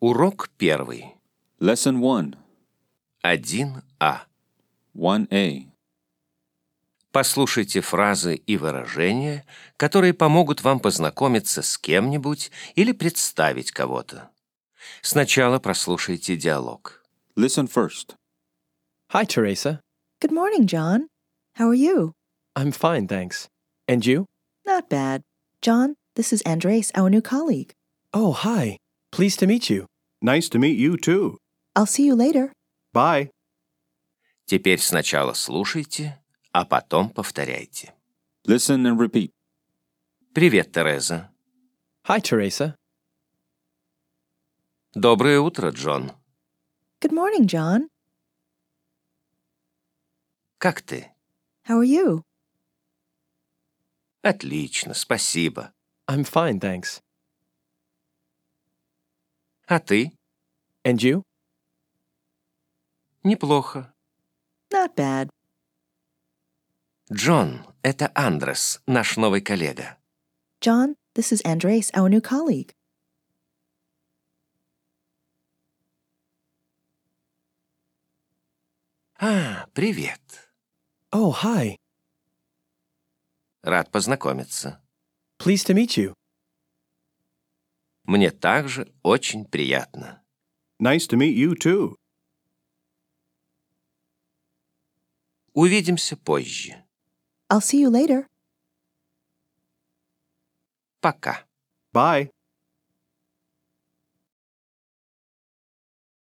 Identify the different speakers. Speaker 1: Урок первый.
Speaker 2: Lesson 1
Speaker 1: 1А.
Speaker 2: 1A.
Speaker 1: Послушайте фразы и выражения, которые помогут вам познакомиться с кем-нибудь или представить кого-то. Сначала прослушайте диалог.
Speaker 2: Listen first.
Speaker 3: Hi, Teresa.
Speaker 4: Good morning, John. How are you?
Speaker 3: I'm fine, thanks. And you?
Speaker 4: Not bad. John, this is Andres, our new colleague.
Speaker 3: Oh, hi. Pleased to meet you.
Speaker 5: Nice to meet you too.
Speaker 4: I'll see you later.
Speaker 5: Bye.
Speaker 1: Теперь сначала слушайте, а потом повторяйте.
Speaker 2: Listen and repeat.
Speaker 1: Привет, Тереза.
Speaker 3: Hi, Teresa.
Speaker 1: Доброе утро, Джон.
Speaker 4: Good morning, John.
Speaker 1: Как ты?
Speaker 4: How are you?
Speaker 1: Отлично, спасибо.
Speaker 3: I'm fine, thanks.
Speaker 1: А ты?
Speaker 3: And you?
Speaker 1: Неплохо.
Speaker 4: Not bad.
Speaker 1: Джон, это Андрес, наш новый коллега.
Speaker 4: John, this is Andres, our new colleague.
Speaker 1: А, привет.
Speaker 3: Oh, hi.
Speaker 1: Рад познакомиться.
Speaker 3: Pleased to meet you.
Speaker 1: Мне также очень приятно.
Speaker 5: Nice to meet you too.
Speaker 1: Увидимся позже.
Speaker 4: I'll see you later.
Speaker 1: Пока.
Speaker 5: Bye.